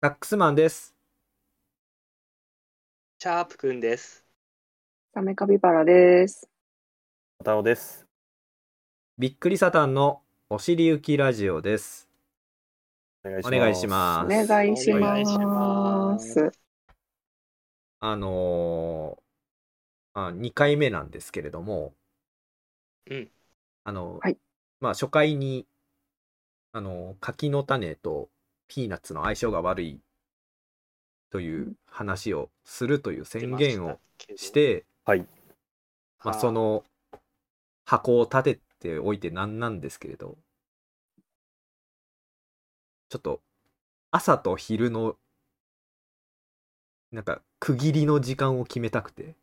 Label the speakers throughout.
Speaker 1: ラックスマンです。
Speaker 2: シャープくんです。
Speaker 3: サメカピバラです。
Speaker 4: 片尾です。
Speaker 1: びっくりサタンのお尻行きラジオです。
Speaker 4: お願いし
Speaker 1: お
Speaker 4: ます。
Speaker 1: 願いします。
Speaker 3: お願いし
Speaker 1: お願
Speaker 3: ま。
Speaker 2: いします
Speaker 1: あのーまあ、2回目なんですけれども、
Speaker 2: うん
Speaker 1: あの、
Speaker 3: はい
Speaker 1: まあ、初回に、あの、柿の種とピーナッツの相性が悪いという話をするという宣言をして、
Speaker 4: はい。
Speaker 1: まあ、その箱を立てておいてなんなんですけれど、ちょっと朝と昼のなんか区切りの時間を決めたくて、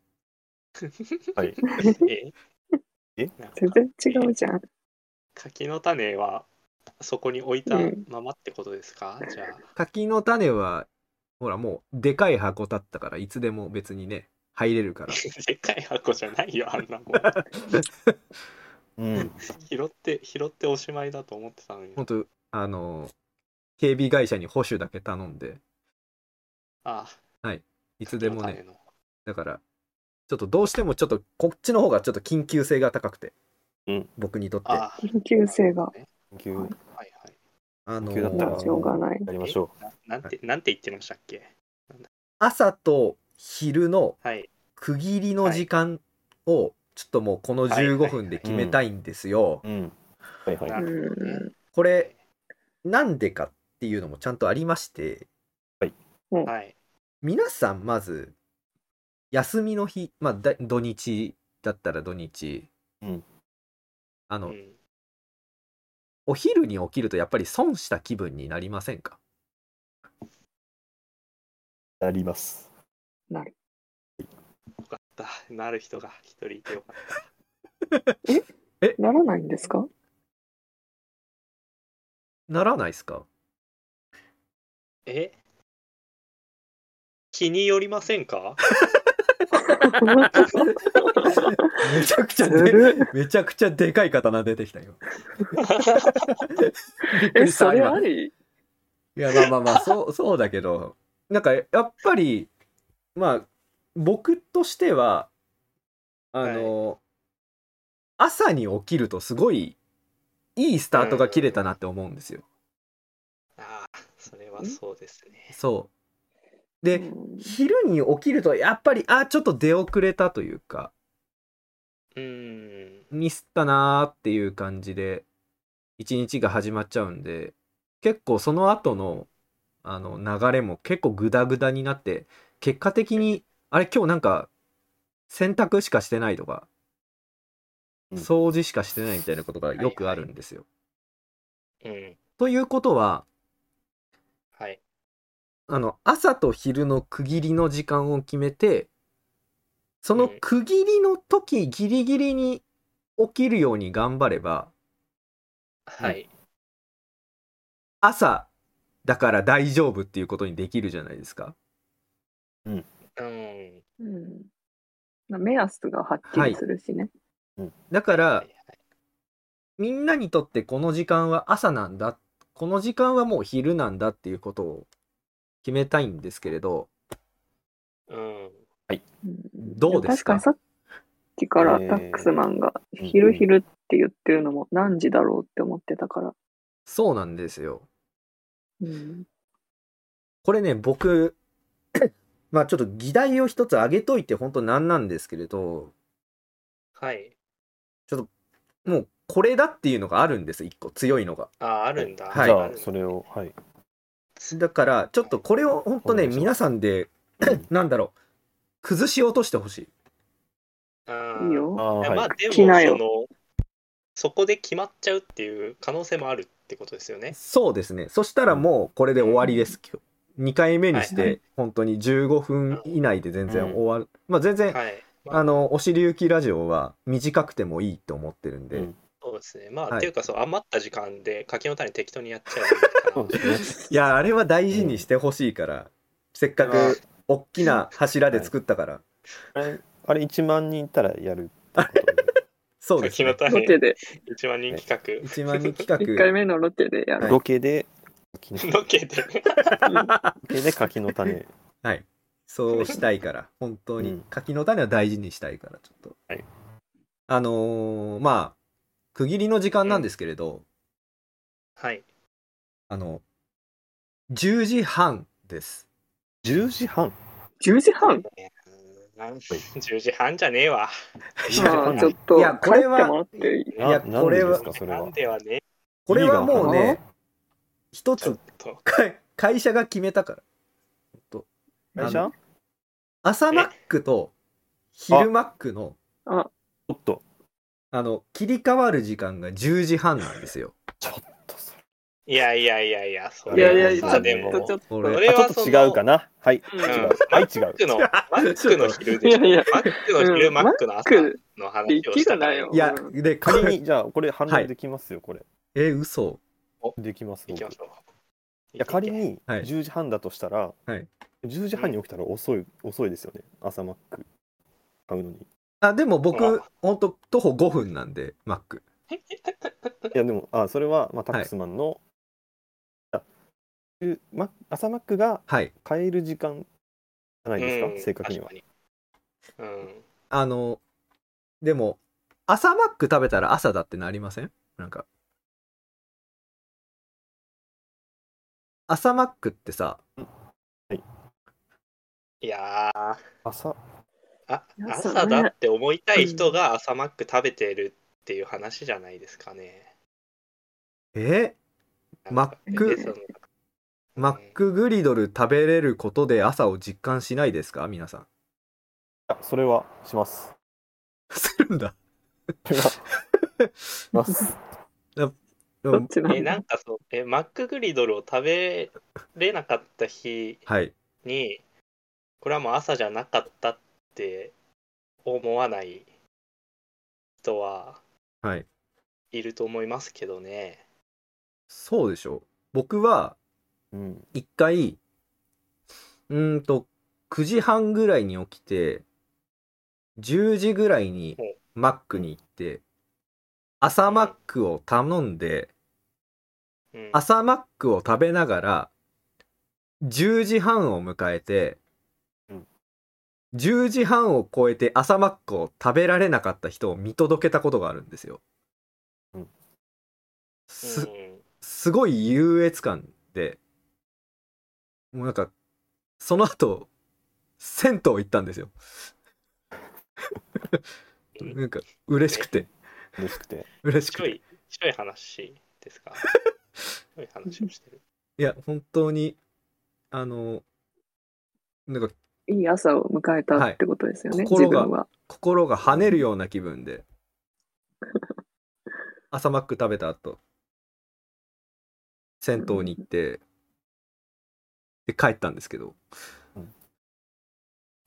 Speaker 4: はい。
Speaker 2: え
Speaker 4: え
Speaker 2: なんか
Speaker 3: 全然違うじゃん。
Speaker 2: 柿の種はそこに置いた
Speaker 3: うん
Speaker 2: ままってことですか、じゃあ。
Speaker 1: 柿の種はほらもうでかい箱だったからいつでも別にね入れるから
Speaker 2: でっかい箱じゃないよ、あんなもん。
Speaker 4: うん。
Speaker 2: 拾って、拾っておしまいだと思ってたのに。
Speaker 1: 本当あの警備会社に保守だけ頼んで
Speaker 2: ああ、
Speaker 1: いつでも
Speaker 2: 柿
Speaker 1: ね
Speaker 2: の種の
Speaker 1: だからちょっとどうしてもちょっとこっちの方がちょっと緊急性が高くて、
Speaker 4: うん
Speaker 1: 僕にとって
Speaker 2: ああ、
Speaker 3: 緊急性が。
Speaker 2: ね
Speaker 4: 緊急
Speaker 3: は
Speaker 2: は
Speaker 3: い
Speaker 2: いはい。
Speaker 1: あの
Speaker 4: 緊急だった
Speaker 3: も
Speaker 4: ら
Speaker 3: うしょうがない。
Speaker 4: やりましょ
Speaker 2: ななんて、なんて言ってましたっけ
Speaker 1: 朝と昼の
Speaker 2: はい。
Speaker 1: 区切りの時間をちょっともうこの15分で決めたいんですよ。
Speaker 4: う。うん。はいは
Speaker 2: な。
Speaker 4: いう
Speaker 2: ん
Speaker 3: う
Speaker 1: これなんでかっていうのもちゃんとありまして
Speaker 2: はい。
Speaker 1: 皆さんまず休みの日、まあ、だ土日だったら土日、
Speaker 4: うん
Speaker 1: あ
Speaker 2: う
Speaker 1: の
Speaker 2: ん
Speaker 1: お昼に起きるとやっぱり損した気分になりませんか
Speaker 4: やります。
Speaker 2: よかった。なる人が一人いてよかっ
Speaker 3: ん。ならないんです か
Speaker 1: ならないですか
Speaker 2: た。え気によりませんか
Speaker 1: めちゃくちゃ
Speaker 3: ず
Speaker 1: で
Speaker 3: る
Speaker 1: めちゃくちゃでかい刀出てきたよ。びっく
Speaker 3: え、
Speaker 1: りした
Speaker 3: それ
Speaker 1: 今
Speaker 3: あり
Speaker 1: いやまあまあまあそう そうだけどなんかやっぱりまあ僕としてはあの、朝に起きるとすごいいいスタートが切れたなって思うんですよ。
Speaker 2: ああ、それはそうですね。
Speaker 1: そうで、
Speaker 3: うん
Speaker 1: 昼に起きるとやっぱりあちょっと出遅れたというか
Speaker 2: うん。
Speaker 1: ミスったなーっていう感じで一日が始まっちゃうんで結構その後のあの流れも結構グダグダになって結果的にあれ今日なんか洗濯しかしてないとか、
Speaker 4: うん
Speaker 1: 掃除しかしてないみたいなことがよくあるんですよ。
Speaker 2: うん。
Speaker 1: ということは
Speaker 2: はい。
Speaker 1: あの朝と昼の区切りの時間を決めてその区切りの時ギリギリに起きるように頑張れば
Speaker 2: はい。
Speaker 1: 朝だから大丈夫っていうことにできるじゃないですか。
Speaker 2: うん。
Speaker 3: うんまあ目安がはっきりするしね。
Speaker 1: だか
Speaker 2: は
Speaker 1: ら
Speaker 2: い
Speaker 1: みんなにとってこの時間は朝なんだこの時間はもう昼なんだっていうことを決めたいんですけれど
Speaker 2: うん。
Speaker 3: うん
Speaker 1: どうですか
Speaker 3: いや確かにさっきから
Speaker 4: えー
Speaker 3: ダックスマンが「
Speaker 4: うん
Speaker 3: 昼昼」って言ってるのも何時だろうって思ってたから。
Speaker 1: そうなんですよ。
Speaker 3: うん
Speaker 1: これね僕 まあちょっと議題を一つ挙げといて本当なんなんですけれど
Speaker 2: はい。
Speaker 1: もうこれだっていうのがあるんです一個強いのが。
Speaker 2: ああ、あるんだ。
Speaker 1: はい
Speaker 4: じ
Speaker 2: あ
Speaker 4: ゃあ
Speaker 2: るん、だ
Speaker 4: それを、はい。
Speaker 1: だからちょっとこれを本当ね
Speaker 4: お願いします
Speaker 1: 皆さんで なんだろう崩し落としてほしい。
Speaker 2: うん
Speaker 3: いい
Speaker 4: あ
Speaker 3: よ。
Speaker 4: あ、
Speaker 2: いやま
Speaker 4: は
Speaker 2: あ、でも、
Speaker 3: 着
Speaker 2: そ
Speaker 3: なよ
Speaker 2: の、そこで決まっちゃうっていう可能性もあるってことですよね。
Speaker 1: そうですね。そしたらもうこれで終わりです。今日2回目にし
Speaker 3: はいは
Speaker 1: て本当に15分以内で全然終わる。まあ全然、
Speaker 2: はい。ま
Speaker 1: あのお尻行きラジオは短くてもいいと思ってるんで、
Speaker 4: うん
Speaker 2: そうですね。まあ、
Speaker 1: はい
Speaker 2: っていうか、そう、余った時間で柿の種適当にやっちゃ
Speaker 4: そう
Speaker 2: う
Speaker 4: ですね。
Speaker 1: いやあれは大事にしてほしいから、せっか
Speaker 2: まあ
Speaker 1: く大きな柱で作ったから、
Speaker 4: あれ、あれ1万人いたらやるってこ
Speaker 1: そうです、
Speaker 2: 柿
Speaker 1: ね
Speaker 2: の。
Speaker 3: ロ
Speaker 2: 種
Speaker 3: ケで
Speaker 2: 一番人気企
Speaker 1: 1万人
Speaker 3: 1回
Speaker 1: 企
Speaker 3: 目のロケでやる
Speaker 4: とで。。ロケで柿の
Speaker 2: の けて。
Speaker 4: でで柿の種。
Speaker 1: はい。そうしたいから、本当
Speaker 4: う
Speaker 1: に
Speaker 4: ん。
Speaker 1: 柿の種は大事にしたいから、ちょっと。
Speaker 4: はい
Speaker 1: あのーまあ、区切りの時間なんですけれど、
Speaker 2: はい。
Speaker 1: あの、10時半です。
Speaker 4: 10時半。
Speaker 3: 10時 半
Speaker 2: 10時半じゃねえわ。
Speaker 1: いや
Speaker 3: まあちょっと
Speaker 1: い
Speaker 3: 帰
Speaker 1: や
Speaker 3: って
Speaker 1: これは
Speaker 3: もらっていい
Speaker 1: いや
Speaker 4: な
Speaker 1: これ
Speaker 4: 何でで
Speaker 1: は
Speaker 4: すかそれ
Speaker 2: な
Speaker 4: は
Speaker 2: ん。ではね、
Speaker 1: これはもう
Speaker 4: 意味がわ
Speaker 1: ね
Speaker 4: か、
Speaker 1: 一
Speaker 2: ちょ
Speaker 1: つ
Speaker 2: っと。
Speaker 1: 会会社が決めたから。
Speaker 4: 会社
Speaker 1: あ
Speaker 4: ち
Speaker 1: の朝マックと昼マックの、
Speaker 4: ょっと。
Speaker 1: あの、切り替わる時間が10時半なんですよ。
Speaker 4: ちょっとそれ
Speaker 2: いやいやいやいや、そ
Speaker 4: あ
Speaker 3: い
Speaker 2: れ
Speaker 3: や
Speaker 2: はい
Speaker 3: や、ち
Speaker 2: さ
Speaker 3: ょ
Speaker 4: ま
Speaker 3: っと、
Speaker 2: でも。
Speaker 3: ちょっと、
Speaker 1: 俺
Speaker 2: それは
Speaker 4: あちょっと違うかな。はい。
Speaker 3: うん
Speaker 4: 違
Speaker 2: うん
Speaker 4: う。はい、違
Speaker 2: マ
Speaker 4: う
Speaker 2: ッ。クの、マックの昼で、
Speaker 3: いやいや
Speaker 2: マックの
Speaker 3: う
Speaker 2: 昼、
Speaker 3: ん
Speaker 2: マックの
Speaker 3: マッ
Speaker 2: 朝
Speaker 3: ク
Speaker 2: の話をしたから
Speaker 3: できるなよ
Speaker 1: いや、
Speaker 3: う
Speaker 1: で、こ
Speaker 4: 仮
Speaker 1: れ、
Speaker 4: に、じゃあ、これ反
Speaker 1: は
Speaker 4: 応
Speaker 1: い
Speaker 4: できますよ、これ。
Speaker 1: え、嘘。
Speaker 4: できます。
Speaker 2: 行きま
Speaker 4: 僕
Speaker 2: しょう。
Speaker 4: いや仮に
Speaker 1: はい
Speaker 4: 10時半だとしたら、
Speaker 1: はい
Speaker 4: 10時半に起きたら遅い遅いですよね朝マック買うのにい
Speaker 1: あ、でも
Speaker 2: ほ
Speaker 1: 僕
Speaker 2: ら、
Speaker 1: ほんと、徒歩5分なんで、マック。
Speaker 4: やでもあそれは、まあ、タックスマンの、あ10マック朝マックが
Speaker 1: はい。
Speaker 4: 買える時間じゃないですか、
Speaker 2: うん
Speaker 4: 正確には
Speaker 2: 確かにうん。
Speaker 1: あの、でも、朝マック食べたら朝だってなりませんなんか。朝マックってさ、
Speaker 2: いやー
Speaker 4: 朝
Speaker 2: あ
Speaker 3: いやそ
Speaker 2: 朝
Speaker 3: れ
Speaker 2: だって思いたい人が朝マック食べてるっていう話じゃないですかね。
Speaker 1: えマック
Speaker 2: なんかでその
Speaker 1: マックグリドル食べれることで朝を実感しないですか皆さん。
Speaker 4: あそれはします
Speaker 1: するんだ。
Speaker 4: それはします
Speaker 1: で
Speaker 3: どっ
Speaker 1: も
Speaker 3: ちな
Speaker 2: え
Speaker 3: ん
Speaker 2: なんかそうえマックグリドルを食べれなかった日
Speaker 1: はい。
Speaker 2: にこれはもう朝じゃなかったって思わない人は
Speaker 1: はい。
Speaker 2: いると思いますけどね。
Speaker 1: そうでしょう。僕は、
Speaker 4: うん
Speaker 1: 一回、うーんと、9時半ぐらいに起きて、10時ぐらいに
Speaker 2: はい
Speaker 1: マックに行って、朝マックを頼んで、
Speaker 2: うん、
Speaker 1: 朝マックを食べながら、10時半を迎えて
Speaker 4: うん、
Speaker 1: 10時半を超えて朝マックを食べられなかった人を見届けたことがあるんですよ。
Speaker 4: うん
Speaker 1: す
Speaker 2: うん
Speaker 1: すごい優越感で、もうなんか、その後、銭湯行ったんですよ。なんか、嬉しくて、
Speaker 4: 嬉しくて
Speaker 1: 嬉しく
Speaker 2: 白
Speaker 1: て。
Speaker 2: い白い話です か白い話をしてる。
Speaker 1: いや、本当に、あの、なんか、
Speaker 3: いい朝を迎えたってことですよね、
Speaker 1: はい心
Speaker 3: 自
Speaker 1: が
Speaker 3: 分は。
Speaker 1: 心が跳ねるような気分で、朝マック食べた後、銭湯に行って、で、帰ったんですけど、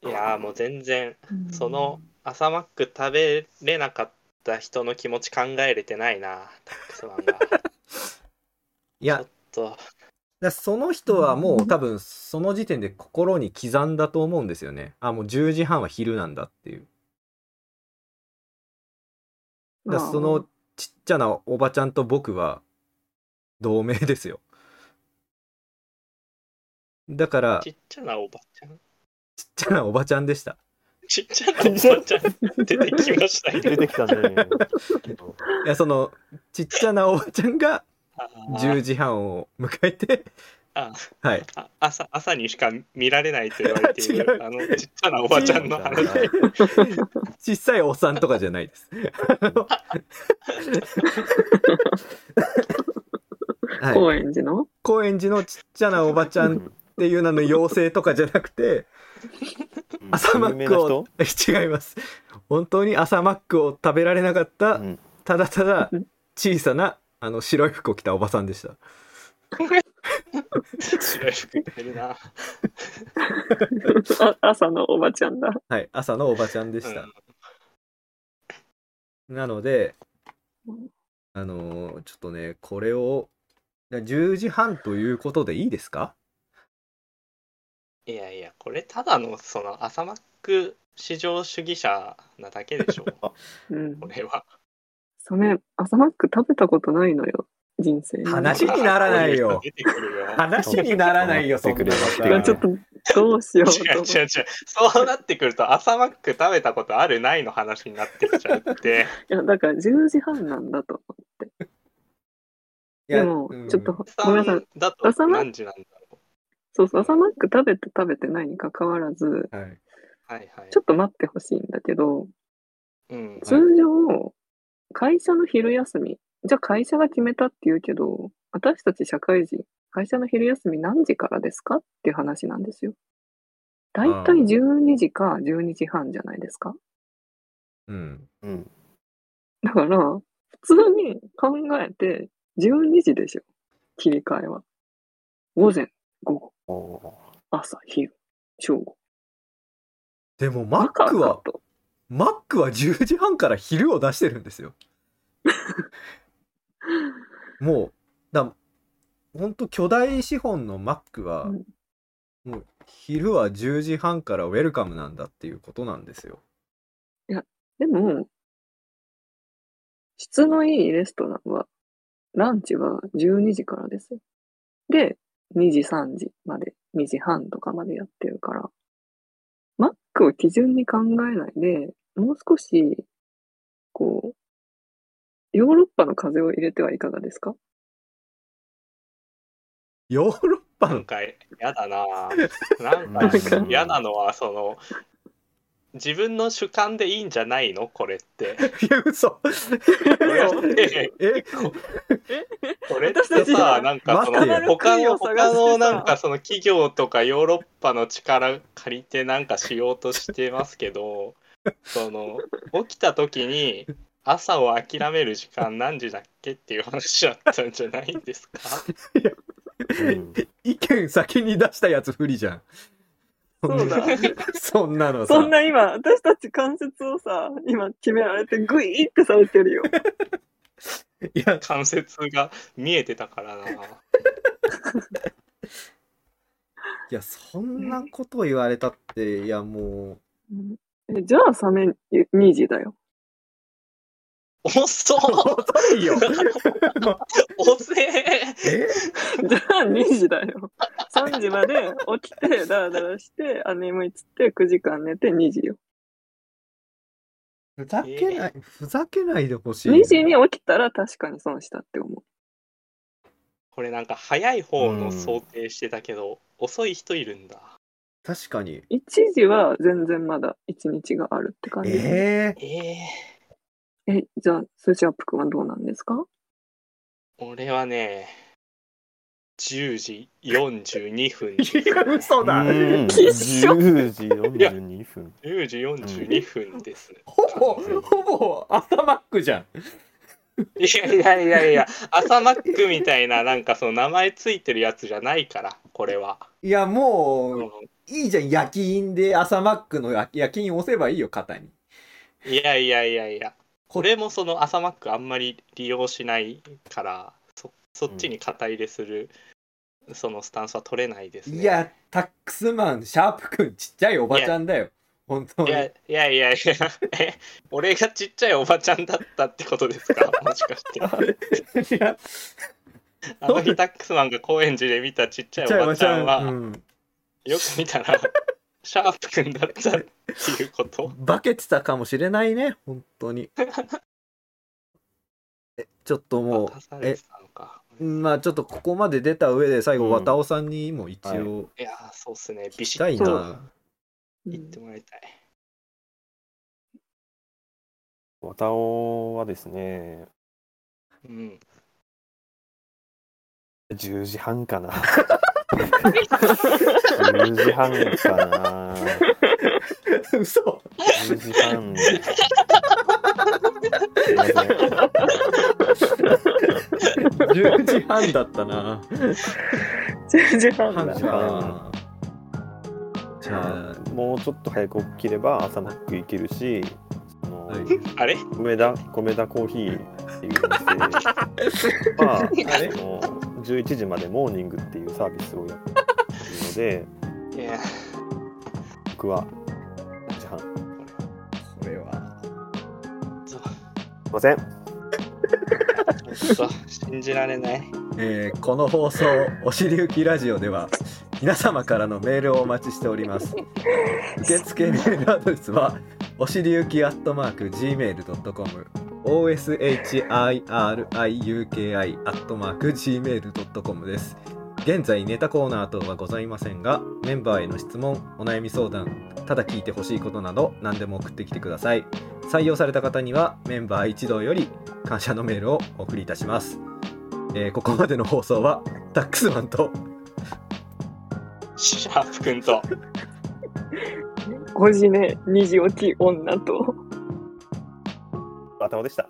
Speaker 2: いやーもう全然その朝マック食べれなかった人の気持ち考えれてないなタック スマンが
Speaker 1: いや
Speaker 2: ちょっ、と
Speaker 1: だからその人はもう多分その時点で心に刻んだと思うんですよね。あ、もう10時半は昼なんだっていう。だからそのちっちゃなおばちゃんと僕は同盟ですよ。だから
Speaker 2: ち
Speaker 1: ちっ
Speaker 2: っちゃなおばちゃん
Speaker 1: ちゃなおばちゃんでした。
Speaker 2: ちっちゃなおばちゃん出てきましたけ
Speaker 4: 出
Speaker 2: ど
Speaker 4: てきたね
Speaker 1: いや、そのちっちゃなおばちゃんが
Speaker 2: あー
Speaker 1: 10時半を迎えて、
Speaker 2: あ
Speaker 1: はい。
Speaker 2: あ朝朝にしか見られないと言われて い
Speaker 1: 違う
Speaker 2: るあのちっちゃなおばちゃんの 話
Speaker 1: 小さいおっさんとかじゃない です。あのはい、
Speaker 3: 高円寺の
Speaker 1: 高円寺のちっちゃなおばちゃんっていう名の妖精とかじゃなくて朝マックを違います本当に朝マックを食べられなかった、
Speaker 4: うん
Speaker 1: ただただ
Speaker 3: うん
Speaker 1: 小さなあの白い服を着たおばさんでした
Speaker 2: 白い服着てるな、
Speaker 3: あ 朝のおばちゃんだ。
Speaker 1: はい朝のおばちゃんでした、なので
Speaker 3: うん
Speaker 1: あのーちょっとねこれを10時半ということでいいですか
Speaker 2: うんいやいやこれただのその朝マック至上主義者なだ けでしょ
Speaker 3: うん
Speaker 2: こ、れは
Speaker 3: それ朝マック食べたことないのよ。人生の。
Speaker 1: 話にならないよ
Speaker 2: 出てくるよ。
Speaker 1: 話にならないよ、そんな
Speaker 4: てく
Speaker 1: の
Speaker 4: る
Speaker 1: さ
Speaker 3: ちょっとどうしよう
Speaker 2: 違う違う
Speaker 3: と思って。
Speaker 2: 違う。そうなってくると、朝マック食べたことあるないの話になってきちゃって、
Speaker 3: いや、だから10時半なんだと思って。
Speaker 1: いや
Speaker 3: でも
Speaker 1: うん、
Speaker 3: ちょっと、ごめんなさ
Speaker 2: 朝
Speaker 3: い。
Speaker 2: だと
Speaker 3: 朝マック
Speaker 2: 何時なんだろ
Speaker 3: そうそう、朝マック食べて食べてないにかかわらず、
Speaker 1: はい。
Speaker 2: う。はいはい。
Speaker 3: ちょっと待ってほしいんだけど、
Speaker 2: うん。
Speaker 3: 通常、会社の昼休み、じゃあ会社が決めたって言うけど、私たち社会人、会社の昼休み何時からですかっていう話なんですよ。だいたい
Speaker 1: あー
Speaker 3: 12時か12時半じゃないですか。
Speaker 1: うん。
Speaker 4: うん。
Speaker 3: だから、普通に考えて、12時でしょ。切り替えは。午前、午後、
Speaker 4: おお
Speaker 3: 朝、昼、正午。
Speaker 1: でも、マック
Speaker 3: バカ
Speaker 1: は
Speaker 3: か、と
Speaker 1: マックは10時半から昼を出してるんですよ。 もう、だ、ほんと巨大資本のマックは、
Speaker 3: うん
Speaker 1: もう昼は10時半からウェルカムなんだっていうことなんですよ。
Speaker 3: でも、質のいいレストランは、ランチは12時からですよ。で、2時、3時まで、2時半とかまでやってるから、マックを基準に考えないで、もう少し、こう、ヨーロッパの風を入れてはいかがですか
Speaker 1: ヨーロッパ
Speaker 2: なん
Speaker 1: の、
Speaker 2: か嫌だなぁなんか嫌なのはその自分の主観でいいんじゃないのこれって。
Speaker 1: いや、嘘。
Speaker 2: え
Speaker 1: え、
Speaker 2: これってさなんかそ
Speaker 1: 待って
Speaker 2: の
Speaker 1: よ
Speaker 2: 他の
Speaker 3: 国を探してさ
Speaker 2: 他のなんかその企業とかヨーロッパの力借りてなんかしようとしてますけどその起きた時に朝を諦める時間何時だっけっていう話だったんじゃないんですか
Speaker 4: うん
Speaker 1: 意見先に出したやつ不利じゃん。
Speaker 3: そうだ。
Speaker 1: そんなのさ。
Speaker 3: そんな今、私たち関節をさ、今決められてグイーってされてるよ。
Speaker 1: いや、
Speaker 2: 関節が見えてたからな。
Speaker 1: いや、そんなこと言われたって、いや、も
Speaker 3: えじゃあ、サメ2時だよ。
Speaker 2: 遅っ
Speaker 1: う。遅いよ。
Speaker 2: 遅え
Speaker 1: え
Speaker 3: じゃあ2時だよ。3時まで起きて、ダラダラして、あ、眠いっつって9時間寝て2時よ。
Speaker 1: ふざけない、ふざけないでほしい。
Speaker 3: 2時に起きたら確かに損したって思う。
Speaker 2: これなんか早い方の想定してたけど、遅い人いるんだ。
Speaker 1: 確かに。
Speaker 3: 1時は全然まだ1日があるって感じ。え
Speaker 1: ええ
Speaker 2: ええ
Speaker 3: じゃあ、数字アップくんはどうなんですか
Speaker 2: 俺はね、10時42分。
Speaker 1: いや、嘘だ。
Speaker 4: うん
Speaker 3: きっしょ
Speaker 4: 10時42分。
Speaker 2: 10時42分です。
Speaker 1: ほぼ、ほぼ、朝マックじゃん。
Speaker 2: いやいやいやいや、朝マックみたいな、なんかその名前ついてるやつじゃないから、これは。
Speaker 1: いや、
Speaker 2: う
Speaker 1: も
Speaker 2: ん
Speaker 1: う、いいじゃん。夜勤で朝マックの夜夜勤押せばいいよ、肩に。
Speaker 2: いやいやいやいや、これもその朝マックあんまり利用しないから、そそっちに肩入れする、そのスタンスは取れないですね。
Speaker 1: いや、タックスマン、シャープくん、ちっちゃいおばちゃんだよ。本当
Speaker 2: い
Speaker 1: に。
Speaker 2: やいやいや いや、え、俺がちっちゃいおばちゃんだったってことで すか、もしかして。
Speaker 1: いや
Speaker 2: あの日タックスマンが高円寺で見たちっちゃいおばちゃんは、
Speaker 1: うん
Speaker 2: よく見たら、シャープくんだったっていうこと。
Speaker 1: 化けてたかもしれないね本当 にえちょっとも
Speaker 2: 渡さ
Speaker 1: う
Speaker 2: れ
Speaker 1: え
Speaker 2: てたのか。
Speaker 1: まあちょっとここまで出た上で最後
Speaker 4: うん
Speaker 1: 渡尾さんにも一
Speaker 4: は
Speaker 1: 応
Speaker 2: いやー、そうっすね、ビ
Speaker 1: し
Speaker 2: シ
Speaker 1: た
Speaker 2: ッ
Speaker 1: い
Speaker 2: と
Speaker 1: な、
Speaker 3: そう
Speaker 2: 言ってもらいたい。
Speaker 4: 渡尾はですね、
Speaker 2: うん。
Speaker 4: 10時半かな。10時半かな。
Speaker 1: 嘘
Speaker 4: 10時半。すいません
Speaker 1: 10時半だったな
Speaker 3: 10時半
Speaker 1: 半
Speaker 3: だ。
Speaker 1: かじゃあ
Speaker 4: もうちょっと早く起きれば朝マック行けるし、その
Speaker 1: はい
Speaker 2: あれ
Speaker 4: 梅田米田コーヒーっていうお店は
Speaker 1: あれ
Speaker 4: あの11時までモーニングっていうサービスをやってるので
Speaker 2: いや、
Speaker 4: 僕は10時半す
Speaker 1: これは
Speaker 2: そう
Speaker 4: いません
Speaker 2: そう当信じられない。
Speaker 1: えーこの放送「おしりゆきラジオ」では皆様からのメールをお待ちしております受付メールアドレスはおしりゆきアットマーク Gmail.com oshiriuki アットマーク Gmail.com です現在ネタコーナー等はございませんがメンバーへの質問お悩み相談ただ聞いてほしいことなど何でも送ってきてください採用された方にはメンバー一同より感謝のメールをお送りいたしますえーここまでの放送はタックスマンと
Speaker 2: シャープくんと、
Speaker 3: 5時目、2時起き女と。
Speaker 4: 頭でした。